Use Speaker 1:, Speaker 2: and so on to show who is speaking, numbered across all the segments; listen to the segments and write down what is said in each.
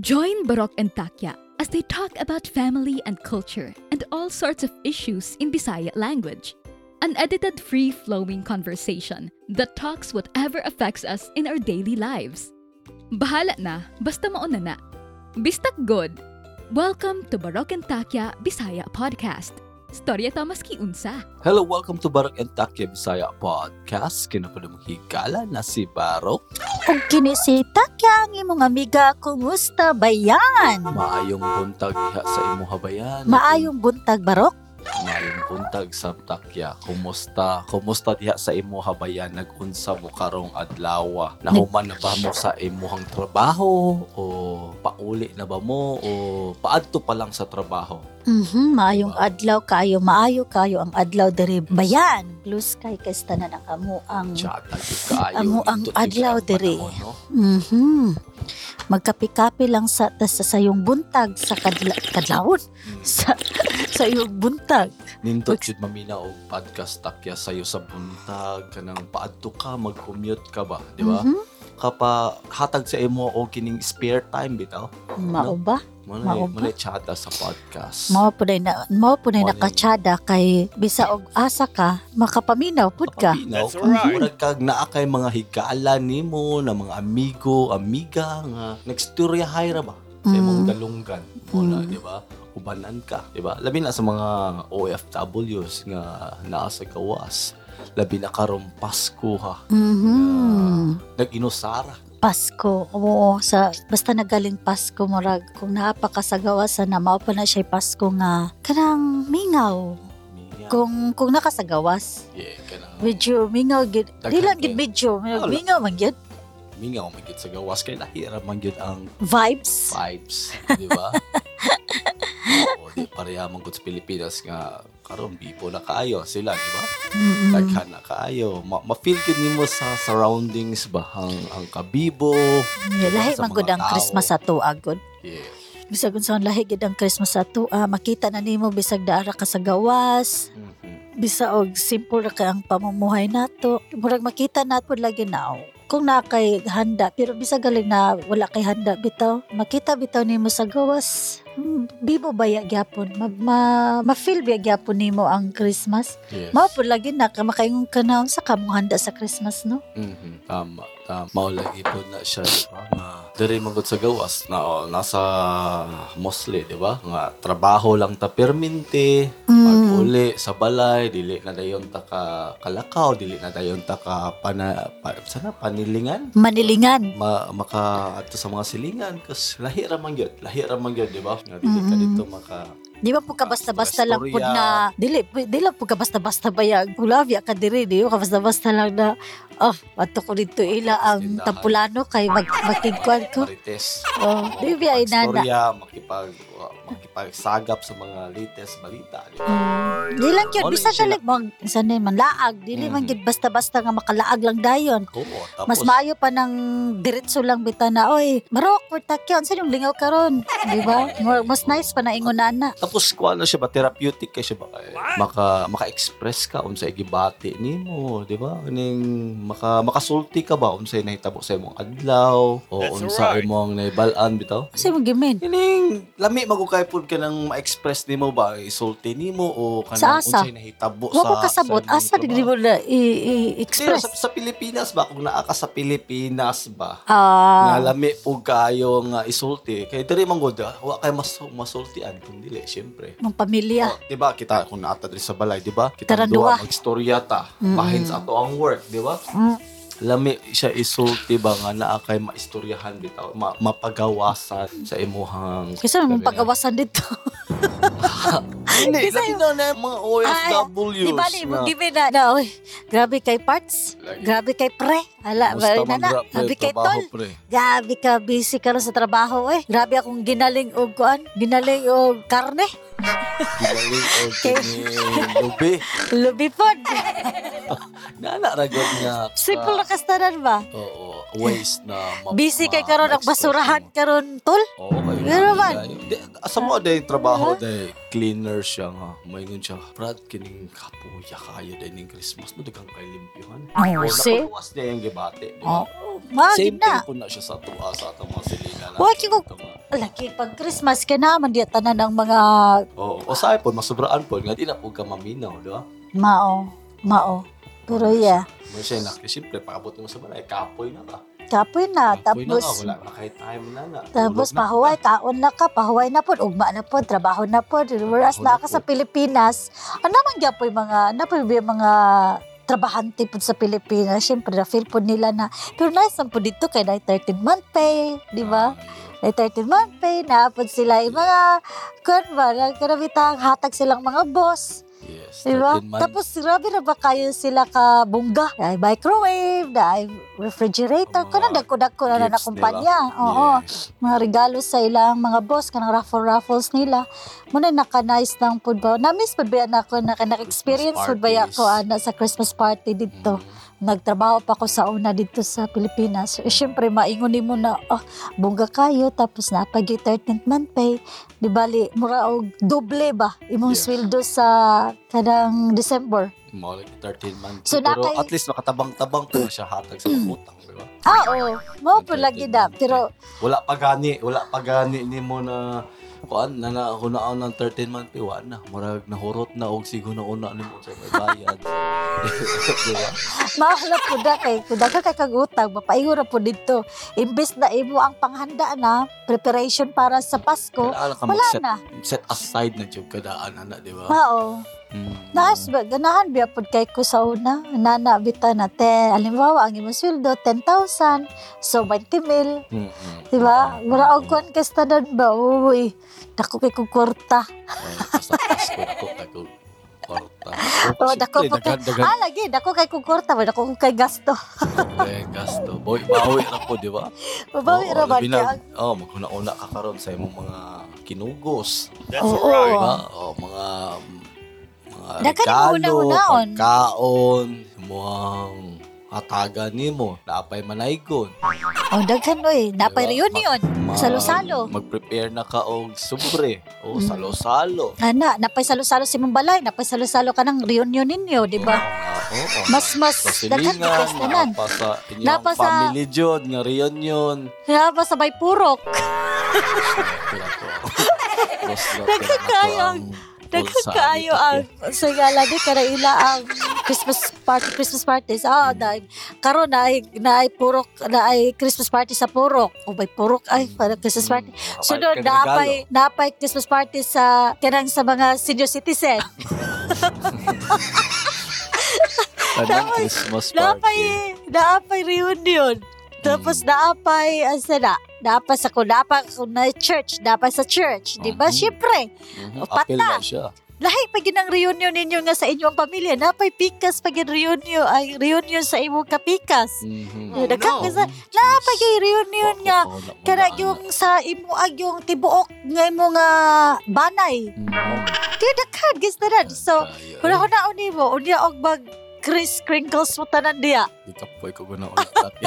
Speaker 1: Join Barok and Takya as they talk about family and culture and all sorts of issues in Bisaya language. An edited, free flowing conversation that talks whatever affects us in our daily lives. Bahala na, basta mauna na. Bistak good! Welcome to Barok and Takya Bisaya Podcast. Storya ta maski unsa.
Speaker 2: Hello, welcome to Barok and Takya Bisaya Podcast. Kinapalimong higala na si Barok.
Speaker 3: Kung kinisita kaya ang imong amiga, kumusta ba yan?
Speaker 2: Maayong buntag diha sa imuha bayan.
Speaker 3: Maayong buntag barok?
Speaker 2: Maayong buntag sa Takya. Kumusta? Kumusta diha sa imuha bayan? Nagunsa mo karong adlawa? Nahuman na ba mo sa imuhang trabaho? O pauli na ba mo? O paadto pa lang sa trabaho?
Speaker 3: Mhm, maayong adlaw kayo, maayo kayo ang adlaw diri bayan. Blue sky kay tanan ang amo ang
Speaker 2: Tiyata, di kaayo.
Speaker 3: Mm. Amo ang
Speaker 2: Dito, di
Speaker 3: adlaw
Speaker 2: ang
Speaker 3: diri.
Speaker 2: panahon, no?
Speaker 3: Mhm. Magkapi-kapi lang sa tas sa sayong buntag sa kadla, kadlawon sa sa iyong buntag.
Speaker 2: Nindot yun mamina o podcast takya sa'yo sa buntag kanang paadto ka mag-commute ka ba di ba
Speaker 3: Mhm.
Speaker 2: kapa hatag sa imo o kining spare time bitaw
Speaker 3: Mao ba?
Speaker 2: manay
Speaker 3: Mao ba?
Speaker 2: manay chata sa podcast
Speaker 3: Mao po na mao po na
Speaker 2: Mao na-
Speaker 3: nakatsada kay bisa og asa ka, makapaminaw pud ka.
Speaker 2: Kapinaw,
Speaker 4: That's right.
Speaker 2: murag kag naa kay mga higala nimo na mga amigo amiga nga nagstoryahay ra ba sa imong
Speaker 3: Mm.
Speaker 2: dalunggan mo na
Speaker 3: Mm.
Speaker 2: di ba ubanan ka di ba labi na sa mga OFWs nga naa sa gawas labi na karong Pasko ha
Speaker 3: Mhm.
Speaker 2: nag-inusara
Speaker 3: Pasko. Oo, sa basta nagaling Pasko murag kung naapakasagawasan na mao pa na siya Pasko nga kanang mingaw.
Speaker 2: Mingaw.
Speaker 3: Kung kung nakasagawas,
Speaker 2: Yeah, kanang
Speaker 3: medyo mingaw gid.
Speaker 2: Daghan
Speaker 3: Di lang
Speaker 2: kay.
Speaker 3: gid medyo,
Speaker 2: Wala.
Speaker 3: mingaw man gid.
Speaker 2: mingaw man gyud oh sa gawas kay lahira man gyud ang
Speaker 3: Vibes.
Speaker 2: vibes, di ba? Oo, di pareha man gud sa Pilipinas nga karon bipo na kaayo sila, di ba?
Speaker 3: Mm-mm.
Speaker 2: Daghan na kaayo. Ma- Ma-feel gid nimo sa surroundings ba ang, ang kabibo.
Speaker 3: Yeah, Lahi
Speaker 2: sa
Speaker 3: man gud
Speaker 2: mga
Speaker 3: ang
Speaker 2: tao.
Speaker 3: Christmas sa tuwa gud.
Speaker 2: Yeah.
Speaker 3: Bisag unsa lahi gid ang Christmas sa tuwa, makita na nimo bisag daara ka sa gawas,
Speaker 2: Mhm.
Speaker 3: bisa og simple ra kay ang pamumuhay nato murag makita nato lagi now kung na kay handa pero bisa galing na wala kay handa bitaw makita bitaw nimo sa gawas hmm, bibo ba ya gyapon ma, ma, feel ba ya gyapon nimo ang Christmas
Speaker 2: Yes.
Speaker 3: mao po lagi na ka makaingon ka na sa kamong handa sa Christmas no
Speaker 2: Mhm. Tama, tama. Mao lagi po na siya, di ba? Nga, Dari man gud sa gawas na oh, nasa mostly, di ba? Nga trabaho lang ta perminte, Pag
Speaker 3: Hmm,
Speaker 2: uli sa balay, dili na dayon ta ka kalakaw, dili na dayon ta ka pana, pa, sana panilingan.
Speaker 3: manilingan
Speaker 2: Ma, maka ato sa mga silingan kasi lahi ra man gyud, lahi ra man gyud, di ba? Nga dili ka
Speaker 3: Mm-mm.
Speaker 2: dito maka
Speaker 3: di ba po ka basta-basta lang po
Speaker 2: Istorya.
Speaker 3: na dili dili lang po ka basta-basta ba ya gulavya ka diri di ba ka basta-basta lang na oh ato ko dito ila ang tampulano kay mag magtigkwan ko
Speaker 2: marites.
Speaker 3: Oh, di ba ay nana?
Speaker 2: Storya, makipag wa- makipagsagap sa mga latest balita, di ba?
Speaker 3: Mm, Di lang yun,
Speaker 2: Ano
Speaker 3: bisa
Speaker 2: yung sila-
Speaker 3: galing mo, isa na man laag, di lang man
Speaker 2: Mhm.
Speaker 3: yun, basta-basta nga makalaag lang dayon.
Speaker 2: Oo, tapos
Speaker 3: Mas maayo pa ng diretso lang bita na, oy, marok, portak yun, saan yung lingaw karon? Di ba? More- Mas nice pa na ingunan na.
Speaker 2: tapos ko ano siya ba therapeutic kay siya ba Eh, maka maka-express ka unsa gibati nimo di ba ning maka makasulti ka ba unsa nahitabo sa imong adlaw o
Speaker 4: That's
Speaker 2: unsa
Speaker 4: right.
Speaker 2: imong nahibalaan bitaw
Speaker 3: Kasi mo gimin.
Speaker 2: Ining lami magukay pud ka nang ma-express nimo ba isulti nimo o kanang
Speaker 3: Sa asa?
Speaker 2: unsay nahitabo
Speaker 3: Wa mo
Speaker 2: sa
Speaker 3: kasabot,
Speaker 2: sa imong
Speaker 3: asa di
Speaker 2: trabaho?
Speaker 3: mo na i- i-
Speaker 2: Pero
Speaker 3: express
Speaker 2: sa, sa Pilipinas ba kung naa ka sa Pilipinas ba nga
Speaker 3: Ah,
Speaker 2: lami pud kayo nga isulti kay diri man gud ah, wa kay mas masultian kung dili syempre
Speaker 3: mong pamilya.
Speaker 2: Oh, 'di ba kita kung naata diri sa balay, 'di ba? Kita
Speaker 3: Tara,
Speaker 2: duha
Speaker 3: duha.
Speaker 2: magstorya ta.
Speaker 3: Mm-mm.
Speaker 2: Bahin sa ato ang work, 'di ba?
Speaker 3: Mm.
Speaker 2: Lami siya isulti ba nga naa kay maistoryahan bitaw, ma- mapagawasan sa imuhang
Speaker 3: Kasi
Speaker 2: Sabi
Speaker 3: mong
Speaker 2: nga.
Speaker 3: pagawasan dito.
Speaker 2: Hindi,
Speaker 3: Kasi-
Speaker 2: labi na na yung mga OFWs.
Speaker 3: Di ba di mo
Speaker 2: na-
Speaker 3: gimin na, na, oy, grabe kay parts,
Speaker 2: Lagi.
Speaker 3: grabe kay pre, ala,
Speaker 2: Musta
Speaker 3: ba
Speaker 2: man
Speaker 3: na,
Speaker 2: gra- pre,
Speaker 3: grabe kay
Speaker 2: trabaho,
Speaker 3: tol.
Speaker 2: pre.
Speaker 3: Grabe ka, busy ka rin sa trabaho eh. Grabe akong ginaling og kuan, ginaling og karne,
Speaker 2: Gilaling o
Speaker 3: Kay-
Speaker 2: kini lubi.
Speaker 3: lubipon.
Speaker 2: Nana ragod nga. ah,
Speaker 3: Simple na kastanan ba?
Speaker 2: Oo, ways na ma-
Speaker 3: Busy kay
Speaker 2: ma-
Speaker 3: karon ang
Speaker 2: ma-express
Speaker 3: basurahan
Speaker 2: mo.
Speaker 3: karon tol.
Speaker 2: Oo, kayo.
Speaker 3: Pero man.
Speaker 2: Asa mo day trabaho day cleaner siya nga. May nun siya. Brad kining kapuya kayo day ning Christmas no dagang kay limpyohan.
Speaker 3: Ay,
Speaker 2: Or
Speaker 3: Oh, see?
Speaker 2: napaluwas niya yung gibate. di ba?
Speaker 3: Oh, magid
Speaker 2: Same
Speaker 3: na.
Speaker 2: thing po na siya sa tuwa sa atong mga silila.
Speaker 3: Wa, kiko-
Speaker 2: Ito nga.
Speaker 3: Lagi pag Christmas ka naman di tanan ang mga
Speaker 2: Oo. O sa iPhone, masubraan po. Nga, di na po ka maminaw, di ba?
Speaker 3: mao, mao. Pero yeah,
Speaker 2: Mo siya na. Siyempre, pakabot mo sa balay. Kapoy na ka. Kapoy
Speaker 3: kapoy na
Speaker 2: na ka.
Speaker 3: Ah, tapos
Speaker 2: Wala na kahit time na na.
Speaker 3: Tapos
Speaker 2: Tulog na
Speaker 3: mahuway,
Speaker 2: ka.
Speaker 3: kaon na ka, pahuway na po, ugma na po, trabaho na po. Whereas
Speaker 2: Trabaho na
Speaker 3: na ka
Speaker 2: po.
Speaker 3: sa Pilipinas, ano man gyud po yung mga, na po yung mga trabahante po sa Pilipinas. Siyempre, na-feel po nila na, pero nice lang po dito kay na 13 month pay, di
Speaker 2: Ah,
Speaker 3: ba? Na 13 month pay, naapod sila yung mga, kung ba, karabitang hatag silang mga boss.
Speaker 2: Yes.
Speaker 3: Diba?
Speaker 2: 13 months.
Speaker 3: Tapos, grabe na ba kayo sila ka bungga? Dahil microwave, dahil refrigerator,
Speaker 2: Ang mga
Speaker 3: kanang dagko-dagko na na
Speaker 2: gifts
Speaker 3: kumpanya. Oo.
Speaker 2: Yes.
Speaker 3: Mga regalo sa ilang mga boss, kanang raffle-raffles nila. Muna naka-nice lang po ba? Na-miss po ba yan ako? Naka- Naka-experience po ba yan
Speaker 2: Christmas
Speaker 3: ako ana, sa Christmas party dito?
Speaker 2: Mm.
Speaker 3: Nagtrabaho pa ako sa una dito sa Pilipinas. Eh, Siyempre, maingon mo na, oh, bunga kayo, tapos napag 13th month pay. Di bali, mura og doble ba imong
Speaker 2: Yes.
Speaker 3: sweldo sa kanang December?
Speaker 2: More like 13 months.
Speaker 3: So,
Speaker 2: Pero
Speaker 3: nakay-
Speaker 2: at least makatabang-tabang po na siya hatag sa utang, di ba?
Speaker 3: Ah, oo. Mao po lagi
Speaker 2: 13th
Speaker 3: da.
Speaker 2: month
Speaker 3: Pero,
Speaker 2: Wala pa gani, wala pa gani ni mo na kuan na na hunaon ng 13 month piwa na murag nahurot na og sigo na una ni mo sa may bayad. Di ba?
Speaker 3: Mahala po da kay kuda ka kay kagutag mapaingon na po dito. Imbes na imo ang panghanda na preparation para sa Pasko,
Speaker 2: Kailangan ka
Speaker 3: wala
Speaker 2: mag-set
Speaker 3: na.
Speaker 2: set aside na jud kadaan ana, di ba?
Speaker 3: Mao.
Speaker 2: Mm.
Speaker 3: Naas ba ganahan biya pod kay ko sa una. Nana bita na te alimbawa ang imong sweldo 10,000 so 20 mil.
Speaker 2: Mm-mm.
Speaker 3: Diba?
Speaker 2: Mm-mm.
Speaker 3: Wala og kon kay standard ba? Uy, dako kay kong kwarta.
Speaker 2: Ay, Basta Mm-hmm. Pasko ako tago. Kwarta.
Speaker 3: Oh, dako
Speaker 2: Siyempre,
Speaker 3: po kay-
Speaker 2: daghan-daghan
Speaker 3: Ah, lagi, dako kay kong kwarta, ba? dako ko kay gasto.
Speaker 2: Pre, gasto. Boy, bawi na po, di ba?
Speaker 3: Mabawi
Speaker 2: Oo,
Speaker 3: ra ba
Speaker 2: labi
Speaker 3: kay
Speaker 2: na- Oo, maghuna-una ka karon sa imong mga kinugos.
Speaker 3: Oo.
Speaker 2: Di ba? Oo, mga mga
Speaker 3: Daghan
Speaker 2: regalo,
Speaker 3: ang huna-hunaon.
Speaker 2: pagkaon, muang hatagan nimo, napay manaygon.
Speaker 3: Oh, daghan oy, napay
Speaker 2: Diba?
Speaker 3: reunion
Speaker 2: Ma-
Speaker 3: salo-salo.
Speaker 2: Mag-prepare na ka og sobre. O,
Speaker 3: Mm.
Speaker 2: salo-salo.
Speaker 3: Ana, napaisalo-salo si mong balay, napaisalo-salo ka ng reunion ninyo, di ba?
Speaker 2: Oo, oo.
Speaker 3: Mas mas
Speaker 2: sa
Speaker 3: daghan
Speaker 2: silingan,
Speaker 3: pa kastanan.
Speaker 2: napa sa inyong
Speaker 3: Napa sa-
Speaker 2: family jud, nga reunion.
Speaker 3: Kaya ba sabay purok? Daghan kaayo ang- Daghan kaayo ah. ang sigala di kana ila ang Christmas party, Christmas parties.
Speaker 2: Mm.
Speaker 3: Ah, dahil karon na ay na ay purok, na ay Christmas party sa purok. O bay purok ay para Christmas party.
Speaker 2: Hmm. Mm.
Speaker 3: Sunod, napay, napay Christmas party sa kanang sa mga senior citizen.
Speaker 2: Anong
Speaker 3: Napay-
Speaker 2: Christmas
Speaker 3: Naapay,
Speaker 2: party.
Speaker 3: naapay reunion. Tapos naapay, asa na, naapay sa kung naapay kung na church, naapay sa church. Di ba?
Speaker 2: Mhm.
Speaker 3: Siyempre,
Speaker 2: Mhm,
Speaker 3: Upat
Speaker 2: Apil na
Speaker 3: na.
Speaker 2: siya.
Speaker 3: lahi pag ng reunion ninyo nga sa inyong pamilya, napay pikas pag reunion, ay reunion sa imong kapikas.
Speaker 2: Mhm.
Speaker 3: Oh, Daghan ka sa- Naapay kay reunion nga,
Speaker 2: Oh,
Speaker 3: kaya yung sa imo ag yung tibuok nga imo nga banay.
Speaker 2: Mm-hmm.
Speaker 3: Kaya daghan guys na rin. So, kung ako na mo, unya og bag Kris Crinkles mo tanan diya.
Speaker 2: Ikapoy eh, ko guna ulit tapi.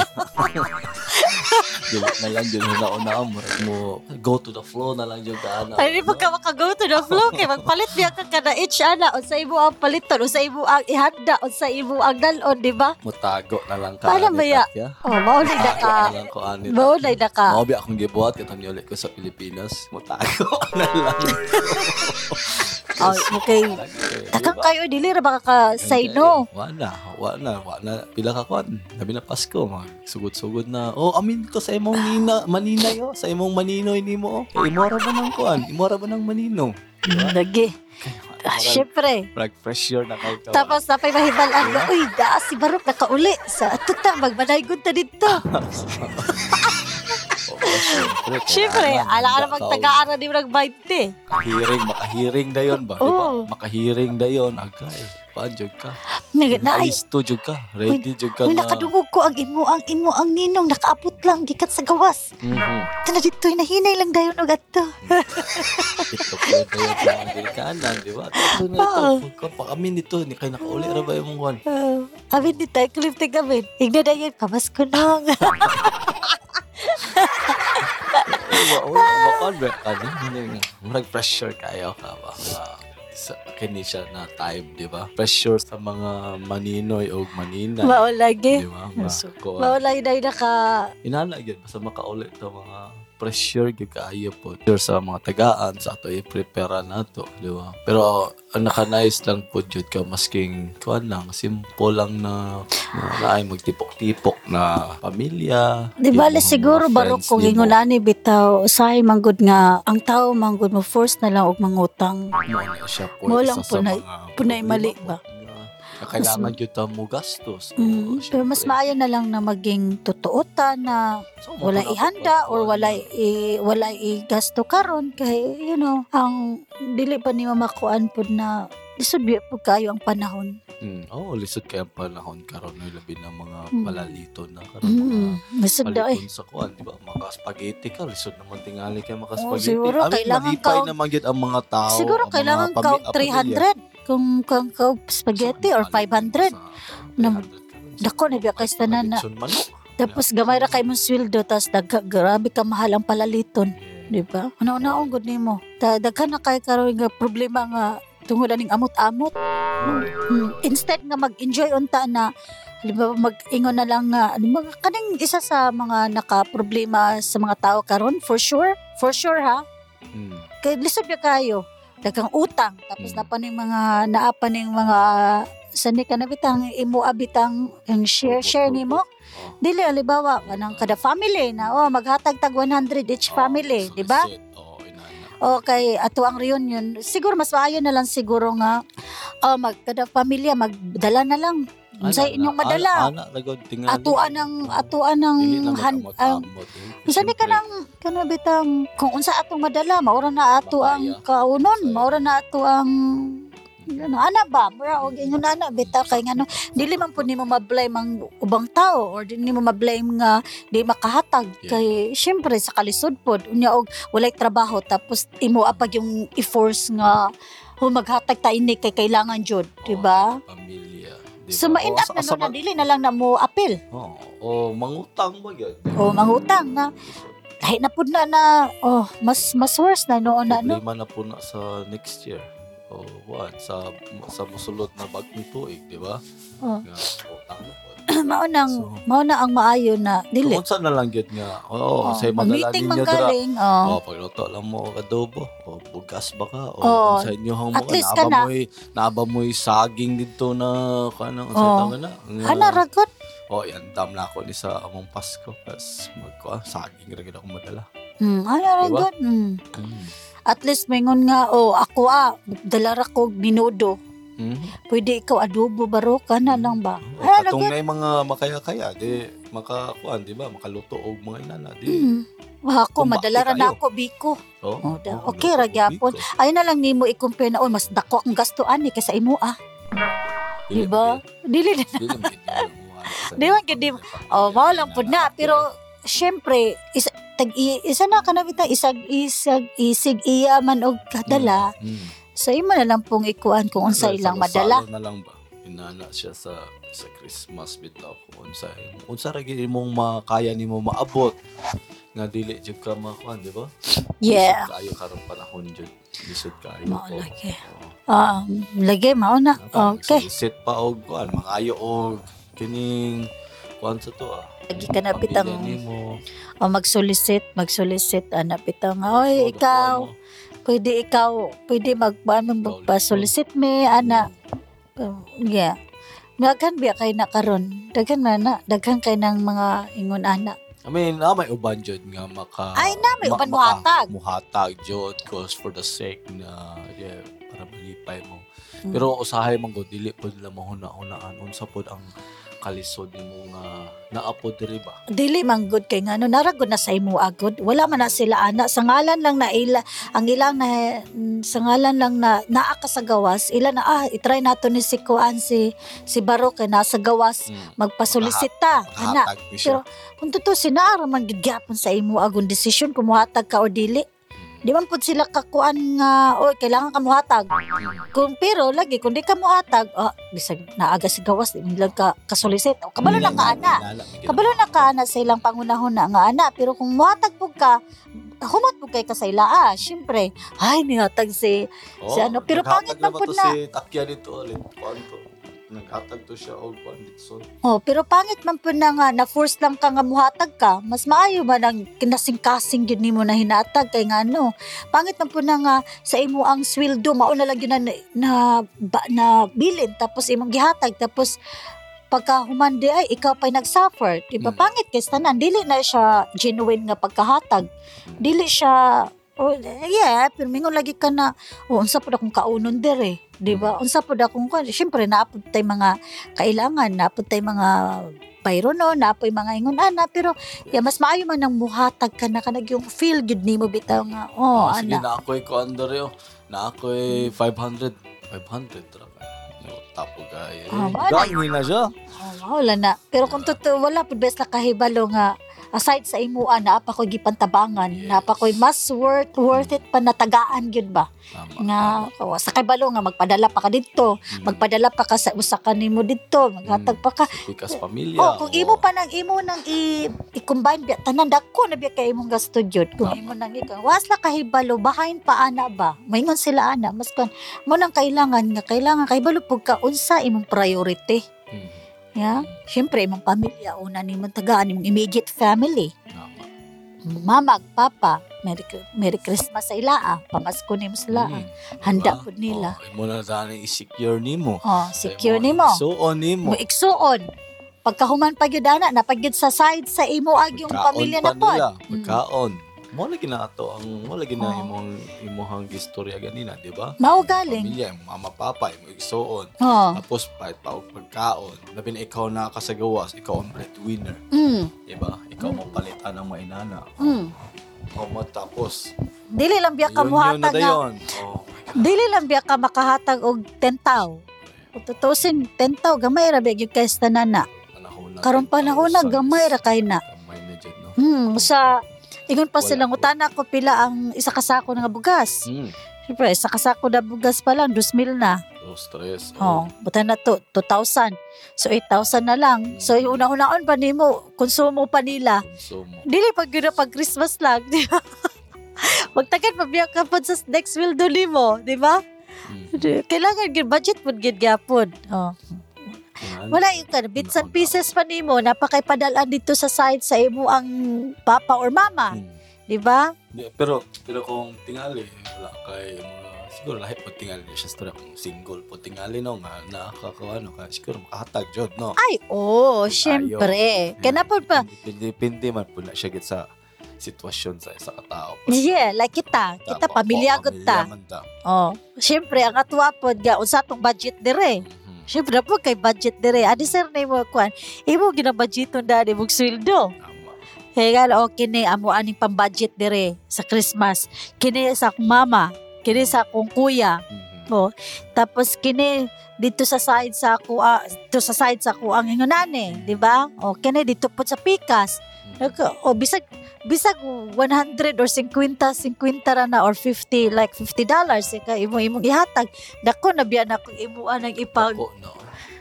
Speaker 2: Dili na lang yun na una mo. mo go to the flow na lang yun ka na.
Speaker 3: Ay, di ba ka makago to the flow kay magpalit biya ka kada each ana o sa imo ang paliton o sa imo ang ihanda o sa imo ang dalon, di ba?
Speaker 2: Mutago na lang ka.
Speaker 3: Paano
Speaker 2: ani,
Speaker 3: ba ya?
Speaker 2: tatya.
Speaker 3: Oh, maulay na
Speaker 2: Mutago
Speaker 3: ka.
Speaker 2: na lang ko ani.
Speaker 3: Maulay na ka.
Speaker 2: Mabi akong gibuhat katang ulit ko sa Pilipinas. Mutago na lang.
Speaker 3: Ay, Oh, okay. Takang kayo dili ra baka ka say no.
Speaker 2: uh, Wala, wala, wala. Pila ka kwan. Labi na Pasko, mga sugod-sugod na. Oh, amin ko sa imong nina, manina yo. Sa imong maninoy ni mo. Eh, imora ba ng kwan? Imora ba ng manino?
Speaker 3: Lagi. Ah, Syempre.
Speaker 2: Like pressure na kay ka.
Speaker 3: Tapos na pay mahibalan na, uy, da si Barok nakauli sa tuta magmanaygon ta dito.
Speaker 2: Oo, syempre. kailangan.
Speaker 3: Syempre, ala
Speaker 2: Handa
Speaker 3: ka
Speaker 2: ka,
Speaker 3: magtagaan ni murag 20.
Speaker 2: oh. Hearing, makahiring da yon ba? Diba?
Speaker 3: Oo.
Speaker 2: Makahiring da yon. Agay. Paan, eh, jud ka?
Speaker 3: Naganay.
Speaker 2: Alis to, jud ka. Ready, jud ka
Speaker 3: Uy,
Speaker 2: na.
Speaker 3: nakadungog ko ang imo ang imo ang ninong nakaapot lang gikat sa gawas.
Speaker 2: Mhm.
Speaker 3: Ito na dito, hinahinay lang dayon og ato.
Speaker 2: Ito po yung tayo ng mga Amerikanan, di ba? Ito na ito.
Speaker 3: Oo.
Speaker 2: Pag- Pag kami nito, ni kayo nakauli ra ba yung one?
Speaker 3: Uh, amin ni tayo, klifte kami. Igna na yun, pamas ko nang.
Speaker 2: oh, Makonvert ka din. Hindi nga. Murag pressure kayo ka ba? Ah, sa kini siya na time, di ba? Pressure sa mga maninoy o manina.
Speaker 3: Maulagi.
Speaker 2: Di ba? Mga ah,
Speaker 3: So,
Speaker 2: kuwan.
Speaker 3: Maulay na yun naka...
Speaker 2: Inana yun, basta makauli ito mga pressure gyud kaayo po Sure, sa mga tagaan sa ato i-prepare nato, di ba? Pero ang naka-nice lang po jud ka masking kuan lang, simple lang na na, na ay magtipok-tipok na pamilya.
Speaker 3: Di
Speaker 2: di
Speaker 3: ba
Speaker 2: mo, mga
Speaker 3: siguro baro
Speaker 2: friends,
Speaker 3: kung
Speaker 2: di mo-
Speaker 3: ingunani bitaw usahay manggod nga ang tao manggod mo force na lang og mangutang.
Speaker 2: mo na siya po
Speaker 3: Mo
Speaker 2: isa
Speaker 3: lang
Speaker 2: sa
Speaker 3: punay-
Speaker 2: mga
Speaker 3: punay
Speaker 2: problema
Speaker 3: mali
Speaker 2: po,
Speaker 3: ba?
Speaker 2: di ba? Na kailangan jud ta mo gastos. Oo,
Speaker 3: Mm, pero
Speaker 2: Oh,
Speaker 3: mas
Speaker 2: syempre.
Speaker 3: maayo na lang na maging totoo ta na
Speaker 2: So,
Speaker 3: wala
Speaker 2: mapalapit
Speaker 3: ihanda
Speaker 2: lang
Speaker 3: or
Speaker 2: po
Speaker 3: wala
Speaker 2: niya.
Speaker 3: i, wala igasto karon kay you know ang dili pa ni mamakuan pud na lisod biya po kayo ang panahon.
Speaker 2: Mm. Oo, oh, lisod kaya ang panahon karon no, labi na mga
Speaker 3: Mm.
Speaker 2: palalito na karon.
Speaker 3: Mm,
Speaker 2: Mga
Speaker 3: lisod daw eh.
Speaker 2: palipon sa kuan, di ba? Makaspageti ka, lisod naman tingali ka
Speaker 3: Oo,
Speaker 2: makaspageti.
Speaker 3: siguro
Speaker 2: I mean,
Speaker 3: kailangan
Speaker 2: malipay
Speaker 3: ka-
Speaker 2: naman yun ang mga tao.
Speaker 3: Siguro
Speaker 2: ang mga
Speaker 3: kailangan
Speaker 2: pami-
Speaker 3: ka
Speaker 2: ah, pamilya.
Speaker 3: 300 kung kung ka spaghetti or
Speaker 2: Sa kanila,
Speaker 3: 500.
Speaker 2: sa
Speaker 3: Nam-
Speaker 2: 300 ka rin.
Speaker 3: dako na biya kay
Speaker 2: Kahit
Speaker 3: tanan na.
Speaker 2: lechon manok.
Speaker 3: Tapos gamay ra kay mong sweldo tas dagha grabe ka mahal ang palaliton, di ba? Una-una ang good nimo. Ta- Daghan na kay karon nga problema nga tungod aning amot-amot. Hmm. Instead nga mag-enjoy unta na halimbawa mag-ingon na lang nga ano, mga kaning isa sa mga naka-problema sa mga tao karon for sure, for sure ha.
Speaker 2: Mm.
Speaker 3: Kay lisod ya kayo daghang utang tapos
Speaker 2: Mm.
Speaker 3: na napa ning mga naa pa ning mga sa ni kanabitang imo abitang ang share share nimo
Speaker 2: Oo.
Speaker 3: Dili, alibawa, kanang kada family na, oh, maghatag tag 100 each
Speaker 2: Oo, Ah,
Speaker 3: family,
Speaker 2: so
Speaker 3: di ba?
Speaker 2: lisod. Oo, inana.
Speaker 3: Okay, ato ang reunion. Siguro mas maayo na lang siguro nga, oh, mag, kada pamilya, magdala na lang. Sa
Speaker 2: Ana,
Speaker 3: inyong
Speaker 2: ana,
Speaker 3: madala.
Speaker 2: ana, lagod, tingali.
Speaker 3: Atuan ng, atuan ng,
Speaker 2: Dili na
Speaker 3: han, ang,
Speaker 2: magamot-amot, eh.
Speaker 3: Isa ni
Speaker 2: Siyempre,
Speaker 3: ka nang kanabitang kung unsa atong madala maura na ato ang
Speaker 2: Mapaya.
Speaker 3: kaunon
Speaker 2: Masaya.
Speaker 3: maura na ato ang ano ana ba mura og ingon ana bitaw ano, kay ngano dili man pud nimo ma-blame ang ubang tao or dili nimo ma-blame nga di makahatag
Speaker 2: Yeah.
Speaker 3: kay syempre sa kalisod pod unya og walay trabaho tapos imo apag yung i-force nga "Oh, maghatag ta ini kay kailangan jud di
Speaker 2: Oo,
Speaker 3: ba
Speaker 2: pamilya. Oh, di
Speaker 3: so
Speaker 2: ba? Oh,
Speaker 3: ma-end
Speaker 2: Oo,
Speaker 3: up
Speaker 2: asa-
Speaker 3: na
Speaker 2: asa
Speaker 3: nun na
Speaker 2: man-
Speaker 3: dili na lang na mo apil
Speaker 2: Oo, oo, mangutang ba yun?
Speaker 3: o mangutang na kahit na pud na na oh mas mas worse na noon na ano? no
Speaker 2: Problema na po na sa next year. O, what? Sa, sa musulot na bagong tuig, di ba?
Speaker 3: Oo.
Speaker 2: Nga, utang na po.
Speaker 3: mao nang
Speaker 2: So,
Speaker 3: mao na ang maayo na dili
Speaker 2: Kung saan na lang yun nga. Oo, oh, sa madala
Speaker 3: meeting man
Speaker 2: ninyo dira.
Speaker 3: galing oh.
Speaker 2: Oh, pagluto lang mo og adobo. O bugas ba ka? O
Speaker 3: Oo.
Speaker 2: sa inyo hang
Speaker 3: Oh, At
Speaker 2: mga
Speaker 3: least ka na.
Speaker 2: naabamoy, naabamoy saging dito na kano
Speaker 3: Oo.
Speaker 2: sa tawag na. Nga-
Speaker 3: ana ragot
Speaker 2: Oh, yan dam na ako ni sa among Pasko. Tapos magko saging ra gid ako madala.
Speaker 3: mm, ana
Speaker 2: Diba?
Speaker 3: ragot mm. at least mingon nga oh ako ah dala ra ko minudo
Speaker 2: Mhm.
Speaker 3: pwede ikaw adobo baro ka na lang ba
Speaker 2: Oh,
Speaker 3: ana
Speaker 2: katong
Speaker 3: ragot
Speaker 2: na yung mga makaya-kaya, di makakuan, di ba? Makaluto og mga inana, di.
Speaker 3: mm. Wa ako
Speaker 2: Kung
Speaker 3: madala ra
Speaker 2: bakit
Speaker 3: na
Speaker 2: kayo?
Speaker 3: ako biko
Speaker 2: Oh,
Speaker 3: Oh, da-
Speaker 2: oh,
Speaker 3: okay,
Speaker 2: luto og
Speaker 3: ragyapon.
Speaker 2: biko.
Speaker 3: ay na lang nimo i-compare na oh mas dako akong gastuan ni kaysa imo ah
Speaker 2: Dili,
Speaker 3: di ba dili na
Speaker 2: dili, dili, dili, dili, dili,
Speaker 3: Di ba, gid- oh mao lang pud na pero syempre isa tag i- isa na kanabita isag isag isig iya man og kadala
Speaker 2: Mm.
Speaker 3: So, imo na lang pong ikuan kung unsa
Speaker 2: Sa-
Speaker 3: ilang
Speaker 2: sa Lasalo
Speaker 3: madala.
Speaker 2: na lang ba? Inana siya sa sa Christmas bitaw ko unsa unsa ra gid imong makaya nimo maabot nga dili jud ka makuan di ba?
Speaker 3: Yeah.
Speaker 2: Lisod Kaayo karong panahon jud. Lisod kaayo.
Speaker 3: Mao
Speaker 2: po.
Speaker 3: lagi.
Speaker 2: Oo.
Speaker 3: Um, lagi, mauna. Okay.
Speaker 2: Sit pa og kuan, mangayo og kining kuan sa to ah.
Speaker 3: Lagi ka na pitang
Speaker 2: Pamilya nimo.
Speaker 3: o magsolicit, magsolicit, Oh, ana pitang.
Speaker 2: So,
Speaker 3: Oy,
Speaker 2: the form
Speaker 3: ikaw,
Speaker 2: of-
Speaker 3: pwede ikaw, pwede magpaano magpa-solicit me, ana. Um, Yeah. Daghan biya kay na karon. Daghan na na, daghan kay ng mga ingon ana.
Speaker 2: I mean, na may uban jud nga maka
Speaker 3: Ay, na, may
Speaker 2: maka-
Speaker 3: uban muhatag.
Speaker 2: Muhatag jud cause for the sake na yeah, para malipay mo.
Speaker 3: Mm.
Speaker 2: Pero usahay man gud dili pud la mahuna-hunaan unsa pud ang kalisod nimo nga naapod diri ba?
Speaker 3: Dili man good kay ngano naragod na sa imo agod. Wala man na sila ana sa ngalan lang na ila ang ilang na mm, sa ngalan lang na naa ka sa gawas ila na ah itry nato ni si Kuan si si Baro kay nasa gawas
Speaker 2: Mm.
Speaker 3: magpasolisita ana.
Speaker 2: Makahatag mi siya.
Speaker 3: Kung totoo sinaara man gid gapon sa imo agong desisyon kung muhatag ka o dili.
Speaker 2: Mm.
Speaker 3: Di man pud sila kakuan nga oy kailangan ka muhatag. Kung pero lagi kung di ka muhatag ah bisag naaga sa gawas di man lang ka kasolisit o kabalo
Speaker 2: Mm.
Speaker 3: na ka ana.
Speaker 2: Inala mi gid ang
Speaker 3: Kabalo na ka na sa ilang pangunahon na nga ana pero kung muhatagpog ka humotpog kay ka sa ilaa syempre ay nihatag si
Speaker 2: Oo,
Speaker 3: Si ano, pero
Speaker 2: naghatag
Speaker 3: pangit lang
Speaker 2: naman
Speaker 3: po
Speaker 2: to
Speaker 3: na-
Speaker 2: Si Takya dito ulit. Kuan to. naghatag to siya og kwan Dixon.
Speaker 3: Oh, pero pangit man po na nga, na-force lang ka nga muhatag ka, mas maayo man ang kinasing-kasing yun nimo na hinatag, kay nga ano, pangit man po na nga, sa imo ang sweldo, mauna lang yun na, na, ba, na bilin, tapos imong gihatag, tapos pagka humandi ay ikaw pa'y nagsuffer. Di ba?
Speaker 2: Mm.
Speaker 3: Pangit kasi tanan. Dili na siya genuine nga pagkahatag. Dili siya Oh, yeah, pero mingon lagi ka na, oh, unsa po na kung kaunon dire,
Speaker 2: Mm.
Speaker 3: di ba? Unsa po na kung, syempre, naapod tay mga kailangan, naapod tay mga payrono, naapoy mga ingon ana, pero yeah, mas maayo man ang muhatag ka na kanag yung feel good nimo bitaw nga, oh,
Speaker 2: Ah, Sige
Speaker 3: ana.
Speaker 2: na ako'y kwan dere oh. Na ako'y 500. 500 ra ba? No, tapo gaya.
Speaker 3: Ah,
Speaker 2: eh.
Speaker 3: wala.
Speaker 2: Gangi na siya.
Speaker 3: Oh, wala na. Pero kung totoo, wala po best na kahibalo nga aside sa imuan na apa ko'y gipantabangan,
Speaker 2: Yes.
Speaker 3: na apa ko'y mas worth worth it pa natagaan gyud ba
Speaker 2: Tama. Hmm,
Speaker 3: nga
Speaker 2: Ah.
Speaker 3: oh, sa kahibalo nga magpadala pa ka dito, magpadala pa ka sa usa ka nimo dito, maghatag pa ka.
Speaker 2: Pikas pamilya.
Speaker 3: Oh, kung imo
Speaker 2: oh.
Speaker 3: pa nang imo nang i, i-combine biya tanan dako na biya kay imong gasto jud. Kung
Speaker 2: Tama.
Speaker 3: imo nang ikaw wasla kahibalo bahain pa ana ba. Moingon sila ana mas kon mo nang kailangan nga kailangan kahibalo pug ka unsa imong priority.
Speaker 2: Mm,
Speaker 3: Yeah. Siyempre, imong pamilya, una ni mong tagaan, imong immediate family.
Speaker 2: tama.
Speaker 3: Mama, ag papa, Merry, Merry Christmas sa ilaa, pamasko ni mo sa ah. ilaa.
Speaker 2: Mm,
Speaker 3: Handa
Speaker 2: diba?
Speaker 3: po nila.
Speaker 2: Oh, imo na sana i-secure nimo.
Speaker 3: Oh, secure ni mo.
Speaker 2: So on nimo.
Speaker 3: Mo iksuon. Pagkahuman pa gyud ana, napagyud sa side sa imo ag yung
Speaker 2: Pagkaon
Speaker 3: pamilya
Speaker 2: pa
Speaker 3: na pod.
Speaker 2: nila,
Speaker 3: Mm.
Speaker 2: Pagkaon. Mo lagi na ato ang mo lagi na
Speaker 3: Oo.
Speaker 2: imong imong istorya ganina, di ba?
Speaker 3: Mao galing.
Speaker 2: Pamilya, imong mama, papa, imong igsoon.
Speaker 3: Oh.
Speaker 2: Tapos pa pa og pagkaon. Labi na ikaw na kasagawas, ikaw ang breadwinner,
Speaker 3: Mm.
Speaker 2: di ba? Ikaw mo palitan ang mainana.
Speaker 3: Mm.
Speaker 2: Ikaw mo tapos.
Speaker 3: Dili lang biya ka
Speaker 2: Yun yun na
Speaker 3: muhatag nga.
Speaker 2: dayon. Oh.
Speaker 3: Dili lang biya ka makahatag og tentaw. Kung tutusin, tentaw, gamay ra biya gyud kay tanana.
Speaker 2: Panahon na.
Speaker 3: Karon panahon na gamay ra kay na.
Speaker 2: Gamay na dyan, no?
Speaker 3: Hmm, sa ingon pa
Speaker 2: Wala
Speaker 3: silang
Speaker 2: po.
Speaker 3: utana ko pila ang isa kasako nga bugas.
Speaker 2: Mm.
Speaker 3: Siyempre, isa kasako na bugas pa lang 2,000 na.
Speaker 2: Oh, stress.
Speaker 3: Oh, buta na to 2,000. So 8,000 na lang. So yung una-unaon pa nimo konsumo pa nila.
Speaker 2: Consumo.
Speaker 3: Dili pag yun na pag Christmas lang, di ba? Magtagan pa biya ka pod sa next wildo nimo, di ba?
Speaker 2: Mm.
Speaker 3: Kailangan gid budget pod gid gyapon. Oh. Wala yun ka. Bits and pieces pa nimo napakaipadalaan dito sa side sa imo ang papa or mama,
Speaker 2: Mm.
Speaker 3: di ba?
Speaker 2: Di, pero pero kung tingali wala kay mga siguro lahi po tingali siya story kung single po tingali no nga nakaka ano ka siguro makahatag jod no
Speaker 3: Ay, oo, oh,
Speaker 2: Ayaw.
Speaker 3: syempre. Kaya po pa,
Speaker 2: depende, Hmm. depende man po na siya gid sa sitwasyon sa isa ka tao
Speaker 3: yeah, like kita, kita
Speaker 2: Tama,
Speaker 3: pamilyagot ta.
Speaker 2: pamilya man ta
Speaker 3: Oh, syempre ang atwa pod ga unsa tong budget dire.
Speaker 2: Mhm,
Speaker 3: Syempre na po kay budget dire. Adi sir na imo kwan. Imo ginabudgeton da ni mong sweldo.
Speaker 2: tama
Speaker 3: Kaya nga, okay ni oh, amo aning pambudget dire sa Christmas. Kini sa akong mama, kini sa akong kuya,
Speaker 2: Mhm.
Speaker 3: po. Tapos kini dito sa side sa ako ah, dito sa side sa ako ang ingunane, di ba? O kini dito po sa pikas. Nag- O bisag bisag 100 or 50 50 ra na or 50 like 50 dollars ka imo imong ihatag. Dako na biya na ko imo ang ipag.
Speaker 2: Dako, no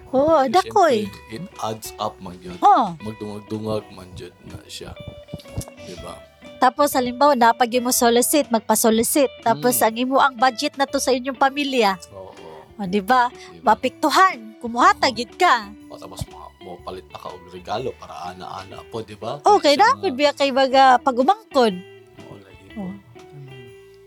Speaker 3: Oo, eh.
Speaker 2: Siyempre,
Speaker 3: dakoy.
Speaker 2: it adds up man yun
Speaker 3: Oh,
Speaker 2: magdungag-dungag man jud na siya diba
Speaker 3: tapos halimbawa napag imo solicit, magpa-solicit. Tapos
Speaker 2: Mm.
Speaker 3: ang imo ang budget na to sa inyong pamilya.
Speaker 2: oo
Speaker 3: O, di ba?
Speaker 2: diba?
Speaker 3: Mapiktuhan, kumuhata gid ka.
Speaker 2: O tapos ma- mo palit na ka og regalo para ana-ana po, di ba?
Speaker 3: Okay,
Speaker 2: Kasi
Speaker 3: dapat
Speaker 2: mga-
Speaker 3: biya kay baga pag umangkod.
Speaker 2: Oo, lagi po.
Speaker 3: Oh.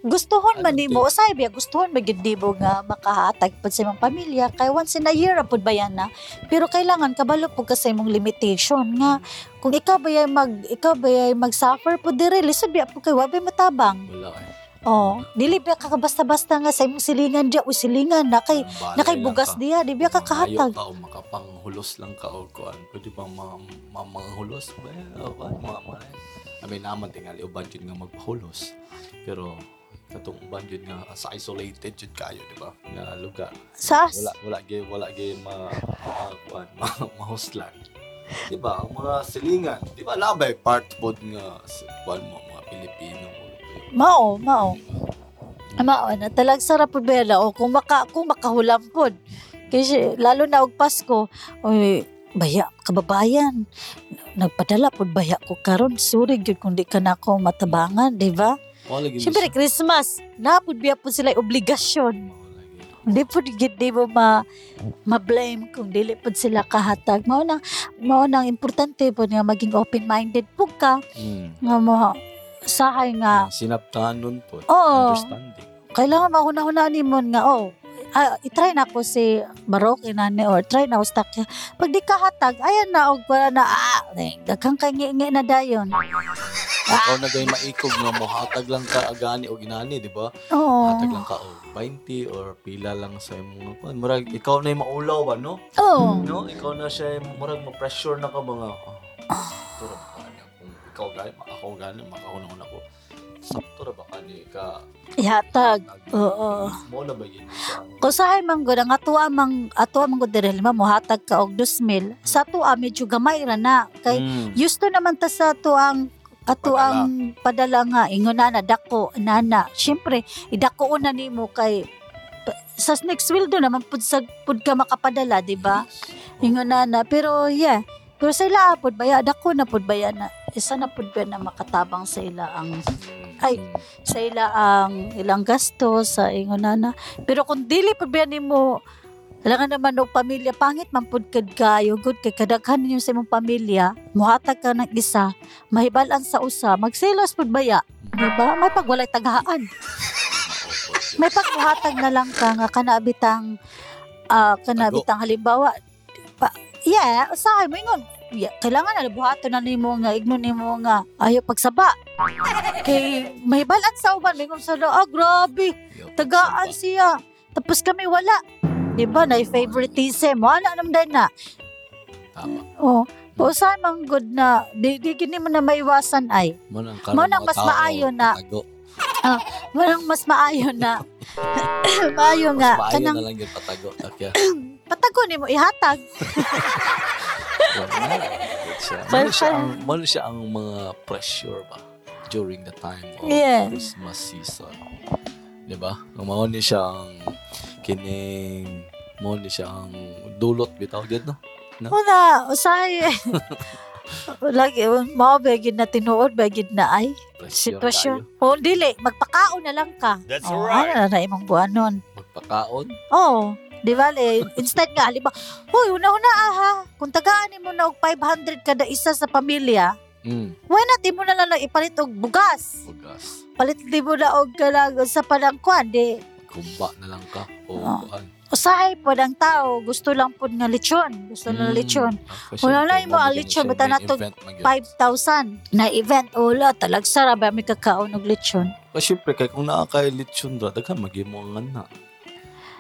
Speaker 3: Gustuhon man
Speaker 2: Ano,
Speaker 3: nimo, usay biya gustuhon man gyud nimo nga makahatag pod sa imong pamilya kay once in a year ra pod ba yan na. Pero kailangan kabalo pod ka sa imong limitation nga kung ikaw ba yay mag ikaw ba yay mag-suffer pod dire lisod biya pod kay wa bay matabang.
Speaker 2: Wala eh.
Speaker 3: Oh, dili biya ka basta-basta nga sa imong silingan diya o silingan na kay
Speaker 2: Ang balay
Speaker 3: na kay
Speaker 2: lang
Speaker 3: bugas
Speaker 2: ka.
Speaker 3: diya, di biya ka kahatag.
Speaker 2: Ayaw ka o makapanghulos lang ka o kuan. Pwede ba ma ma- manghulos ba? O kuan, mga mga. Kami naman tingali o banjud nga magpahulos. Pero katong banjud nga sa isolated jud kayo, di ba? Nga lugar.
Speaker 3: Sa
Speaker 2: wala wala gay wala gay ma ma- kuan ma, mahuslan. Di ba? Ang mga silingan, di ba labay part pod nga sa- kuan mo mga Pilipino.
Speaker 3: mao, mao. Mao na talag sarap pod ba yan na, o kung maka kung makahulam pod. Kasi lalo na og Pasko, oy, baya kababayan. Nagpadala pod baya ko karon, sorry gyud kung di ka nako matabangan, di ba?
Speaker 2: Wala gay
Speaker 3: Syempre Christmas, napod biya pod sila
Speaker 2: Mao
Speaker 3: obligasyon.
Speaker 2: lagi.
Speaker 3: Hindi po gid di mo ma ma-blame kung dili po sila kahatag. Mao nang mao nang importante po nga maging open-minded po ka
Speaker 2: Mm.
Speaker 3: nga mo sahay nga
Speaker 2: Sinaptahan nun po.
Speaker 3: oo
Speaker 2: Understanding.
Speaker 3: kailangan mahuna-huna ni mo nga oh ah, i-try na ko si Barok inani or try na ustak pag di kahatag ayan na og wala na ah, daghang kay ngi na dayon
Speaker 2: Ikaw na gay maikog nga mo hatag lang ka agani o ginani, di ba?
Speaker 3: oo
Speaker 2: Oh. Hatag lang ka o 20 or pila lang sa imong mga Murag ikaw na yung maulaw ba, no?
Speaker 3: oo
Speaker 2: No, ikaw na siya yung murag ma-pressure na ka mga oh, sakto ra ba ka niya? Kung ikaw gani, ako gani, makaunang una ko. Sakto ra ba ka ni ka?
Speaker 3: ihatag oo.
Speaker 2: Mo na ba yun? Sa-
Speaker 3: Kusahay man gud ang atua mang atua man gud dirhil mo hatag ka og 2,000 sa atua medyo gamay ra na kay
Speaker 2: Mm.
Speaker 3: Yusto naman ta sa tuang atuang padala nga ingon na na dako nana. Syempre idako una nimo kay pa- sa next wildo naman pud sa pud ka makapadala, di ba? Ingon na na pero yeah. Pero sa ila pud baya dako na pud baya na isa na pud ba na makatabang sa ila ang Ay. sa ila ang ilang gasto sa eh, ingon na na. Pero kung dili pud ba nimo Kailangan naman og pamilya pangit man pud kad kayo good kay kadaghan ninyo sa imong pamilya muhatag ka ng isa mahibal-an sa usa magselos pud baya di ba may pagwalay tagaan may pagmuhatag na lang ka nga kanabitang ah kanabitang halimbawa pa, yeah usahay mo ingon yeah, kailangan na buhaton na nimo nga igno nimo nga ayo pagsaba kay mahibal-an sa uban mingon sa lo ah grabe tagaan siya tapos kami wala di ba na favoritism mo ana naman din na
Speaker 2: Tama.
Speaker 3: oh Pausay mang good na, di, di gini mo na maiwasan ay.
Speaker 2: Mo nang
Speaker 3: Mo nang mas maayo na- Walang mas maayo na, maayo nga,
Speaker 2: Mas maayo
Speaker 3: kanang
Speaker 2: na lang yung patago. Takya.
Speaker 3: patago ni mo ihatag.
Speaker 2: Mano siya ang, mano siya ang mga pressure ba during the time of
Speaker 3: Yeah.
Speaker 2: Christmas season. Di ba? Ang mao ni siya ang kining mao ni siya ang dulot bitaw gyud no.
Speaker 3: Una, usay. Lagi, oh, mao ba gid na tinuod, ba gid na ay.
Speaker 2: Pressure
Speaker 3: Sitwasyon.
Speaker 2: tayo.
Speaker 3: O dili, magpakaon na lang ka.
Speaker 4: That's
Speaker 3: oh,
Speaker 4: right.
Speaker 3: Ano na na imong buhanon.
Speaker 2: Magpakaon.
Speaker 3: Oo. Di ba? le? Instead nga, halimbawa, Hoy, una-una ah, ha. Kung tagaanin mo na og 500 kada isa sa pamilya,
Speaker 2: Mm.
Speaker 3: why not di mo na lang ipalit og bugas?
Speaker 2: Bugas.
Speaker 3: Palit di mo na og kanang sa panangkwan, di.
Speaker 2: Kumba na lang ka. O
Speaker 3: Ah.
Speaker 2: kuan.
Speaker 3: Usahay po ng tao, gusto lang po nga lechon. Gusto
Speaker 2: Mm.
Speaker 3: lang lechon.
Speaker 2: Ang question
Speaker 3: Wala
Speaker 2: kung
Speaker 3: na yung mga
Speaker 2: mabigyan
Speaker 3: lechon,
Speaker 2: siya
Speaker 3: bata
Speaker 2: main
Speaker 3: na to-
Speaker 2: event man gyud.
Speaker 3: 5,000 na event. Ola, talag sarap ba may kakaon og lechon?
Speaker 2: Kasi syempre, kay kung nakakailit ra, daghan magimangan na.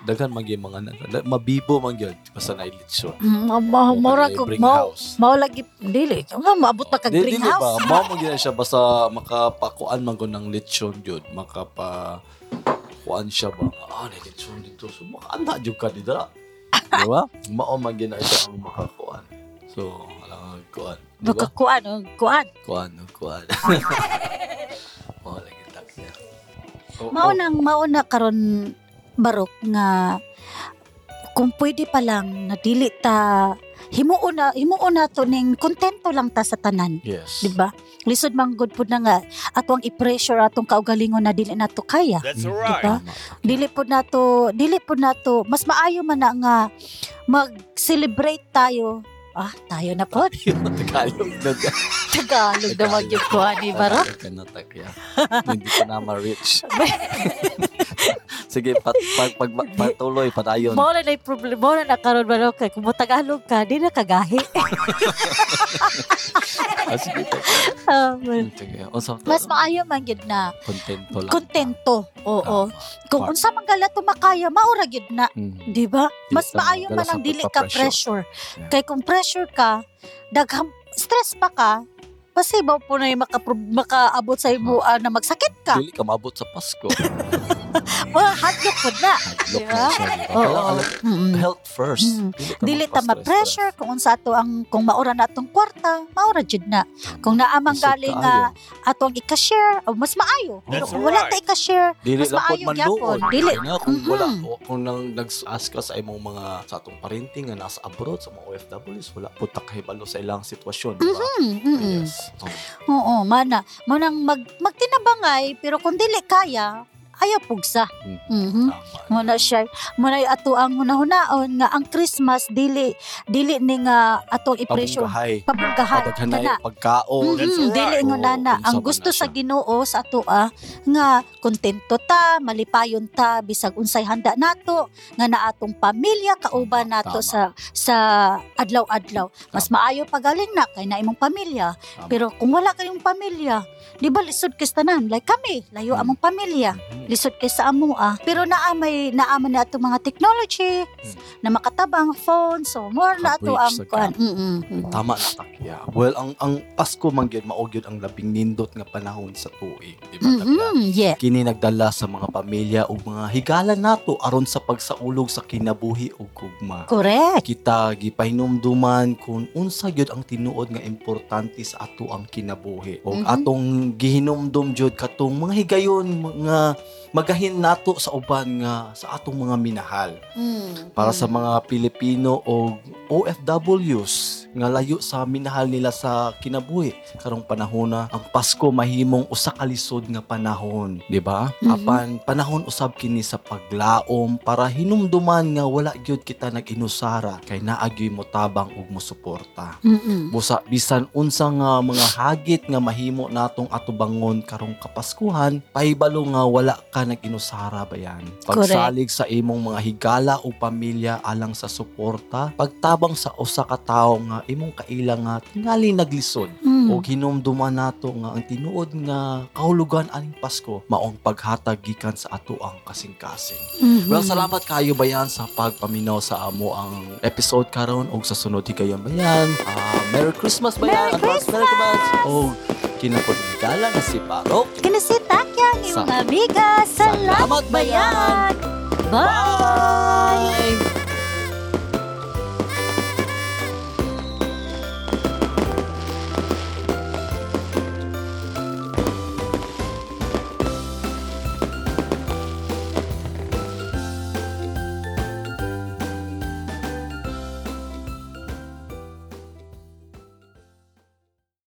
Speaker 2: Daghan magimangan na. Da- Mabibo man gyud basta na ilitsyon.
Speaker 3: Mm, ma- ma- Mura ko, mo, mo lagi, dili. Nga, maabot pa kag
Speaker 2: Di, di ba?
Speaker 3: greenhouse.
Speaker 2: Mao mo gyud siya basta makapakuan man ko ng lechon jud, makapa kuan siya ba. Ah, na lechon dito. So makaanda jud ka dida. Di ba? Mao man gyud siya ang makakuan. So, alang ang kuan. Di ba?
Speaker 3: Makakuan, oh, kuan.
Speaker 2: Kuan, no, kuan. Mao Oh, lagi tak siya. Oo.
Speaker 3: Maunang mauna karon barok nga kung pwede pa lang na dili ta himuon na himuon na to ning kontento lang ta sa tanan,
Speaker 2: oh, Yes.
Speaker 3: di ba? Lisod man gud pud na nga atong i-pressure atong kaugalingon na dili nato kaya.
Speaker 4: That's
Speaker 2: Mm.
Speaker 4: right.
Speaker 3: Diba?
Speaker 2: Tama.
Speaker 3: Dili pud nato, dili pud nato mas maayo man na nga mag-celebrate tayo. Ah, tayo na po.
Speaker 2: Tagalog na dyan.
Speaker 3: Tagalog na magyud ko ani barok.
Speaker 2: Tagalog ka na, takya. Hindi ko na ma-reach. Sige, pat, pag, pag, pag, patuloy, patayon.
Speaker 3: Mao na problema mo na karon barok kay kung mo Tagalog ka, di na kagahi.
Speaker 2: Ah, sige, takya.
Speaker 3: Ah, well.
Speaker 2: Sige, unsa to?
Speaker 3: Mas maayo man gid na
Speaker 2: Kontento lang. Ah,
Speaker 3: kontento. Oo. Kung
Speaker 2: Part.
Speaker 3: unsa man gala tumakaya, maura gid na,
Speaker 2: Mm.
Speaker 3: 'di ba? Mas
Speaker 2: Dili ka
Speaker 3: maayo man
Speaker 2: magdala sa
Speaker 3: ang dili ka
Speaker 2: pagpa-pressure.
Speaker 3: pressure.
Speaker 2: Yeah.
Speaker 3: Kay kung pressure ka, daghang stress pa ka, pasibaw po na yung makapro- makaabot sa imo ah, na magsakit ka.
Speaker 2: Dili ka mabot sa Pasko.
Speaker 3: Mga hadlok po na.
Speaker 2: Hadlok
Speaker 3: Diba?
Speaker 2: na siya. di ba?
Speaker 3: Oo.
Speaker 2: Kailangan lang
Speaker 3: Mm.
Speaker 2: health first.
Speaker 3: Mm.
Speaker 2: Dili ka
Speaker 3: Dili ta
Speaker 2: magpa-stress-stress.
Speaker 3: ma-pressure kung unsa ato ang kung maura na atong kwarta, maura jud na. Kung ah, naamang
Speaker 2: Lisod
Speaker 3: galing
Speaker 2: kaayo.
Speaker 3: nga atong ika-share, oh, mas maayo. Pero
Speaker 4: That's
Speaker 3: kung wala
Speaker 4: right.
Speaker 3: ta ika-share,
Speaker 2: Dili
Speaker 3: Mas
Speaker 2: lang po
Speaker 3: maayo
Speaker 2: man
Speaker 3: gyapon.
Speaker 2: doon.
Speaker 3: Dili.
Speaker 2: Na, kung wala,
Speaker 3: Mhm.
Speaker 2: o, kung nang nag-ask ka sa imong mga sa atong parenting nga nasa abroad sa mga OFWs, wala po takahibalo sa ilang sitwasyon, di ba?
Speaker 3: mm, mm, mm.
Speaker 2: Yes. Oh,
Speaker 3: Oo, mana. Manang mag, magtinabangay, pero kung dili kaya, ayaw pugsa.
Speaker 2: Mm.
Speaker 3: Mhm.
Speaker 2: Tama.
Speaker 3: Muna siya, muna yung ato ang hunahunaon nga ang Christmas dili dili ni nga atong i-pressure
Speaker 2: Pabungkahay.
Speaker 3: pabungkahan
Speaker 2: Pabaghanay
Speaker 3: kana.
Speaker 2: pagkaon.
Speaker 3: Mhm,
Speaker 4: that's right.
Speaker 3: Dili
Speaker 2: Oo,
Speaker 3: ingon nana
Speaker 2: unsa
Speaker 3: ang
Speaker 2: man
Speaker 3: gusto
Speaker 2: na
Speaker 3: sa
Speaker 2: siya.
Speaker 3: Ginoo sa atoa nga kontento ta, malipayon ta bisag unsay handa nato nga naatong pamilya kauban
Speaker 2: Tama,
Speaker 3: nato
Speaker 2: tama.
Speaker 3: sa sa adlaw-adlaw. Mas maayo pagaling na kay na imong pamilya.
Speaker 2: Tama.
Speaker 3: Pero kung wala kayong pamilya, di ba lisod kay tanan like kami, layo
Speaker 2: Mm.
Speaker 3: among pamilya
Speaker 2: Mhm.
Speaker 3: lisod kay sa amo ah. Pero naa may naaman na ato mga technology na makatabang phone so more na ato
Speaker 2: Coverage
Speaker 3: ang
Speaker 2: Hmm. sa
Speaker 3: kuan.
Speaker 2: gap.
Speaker 3: Mm-mm.
Speaker 2: Tama na takya. Well, ang ang Pasko man gyud maugyod ang labing nindot nga panahon sa tuig, di ba? takya?
Speaker 3: Mm-mm. Yeah.
Speaker 2: Kini nagdala sa mga pamilya ug mga higala nato aron sa pagsaulog sa kinabuhi ug gugma.
Speaker 3: Correct.
Speaker 2: Kita gipahinumduman kung unsa gyud ang tinuod nga importante sa ato ang kinabuhi ug
Speaker 3: Mhm.
Speaker 2: atong gihinumdum jud katong mga higayon nga magahin nato sa uban nga sa atong mga minahal
Speaker 3: Hmm.
Speaker 2: para sa mga Pilipino o OFWs nga layo sa minahal nila sa kinabuhi karong panahon na ang Pasko mahimong usa ka lisod nga panahon di ba
Speaker 3: Mhm.
Speaker 2: apan panahon usab kini sa paglaom para hinumduman nga wala gyud kita nag-inusara kay naa gyud mo tabang ug mo suporta
Speaker 3: Mm-mm.
Speaker 2: busa bisan unsa nga mga hagit nga mahimo natong atubangon karong kapaskuhan pahibalo nga wala ka nag-inusara bayan pagsalig sa imong mga higala o pamilya alang sa suporta pagtabang sa usa ka tawo nga imong kaila nga tingali naglisod
Speaker 3: Mm.
Speaker 2: o hinumduman nato nga ang tinuod nga kahulugan aning Pasko maong paghatag gikan sa ato ang kasing-kasing
Speaker 3: Mhm.
Speaker 2: Well, salamat kayo bayan sa pagpaminaw sa amo ang episode karon og sa sunod higayon bayan. Ah, Merry Christmas bayan.
Speaker 3: Merry
Speaker 2: Advance Merry Christmas. Oh, kinapod gala na si Barok.
Speaker 3: Kinisita kya ang iyong
Speaker 2: Sa-
Speaker 3: amiga. Salamat
Speaker 2: Salamat
Speaker 3: bayan. Bye.
Speaker 2: Bye.